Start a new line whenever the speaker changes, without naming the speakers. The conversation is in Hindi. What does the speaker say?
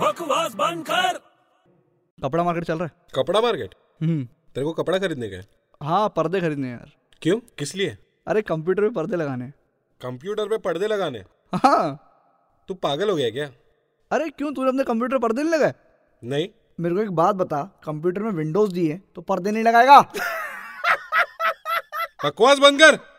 बकवास बंद कर
कपड़ा मार्केट चल रहा है
कपड़ा मार्केट
हम्म
तेरे को कपड़ा खरीदने का है
हाँ पर्दे खरीदने हैं यार
क्यों किस लिए
अरे कंप्यूटर पे पर्दे लगाने हैं।
कंप्यूटर पे पर्दे लगाने
हाँ
तू पागल हो गया क्या
अरे क्यों तूने अपने कंप्यूटर पर पर्दे नहीं लगाए
नहीं
मेरे को एक बात बता कंप्यूटर में विंडोज दी है तो पर्दे नहीं लगाएगा
बकवास बंद कर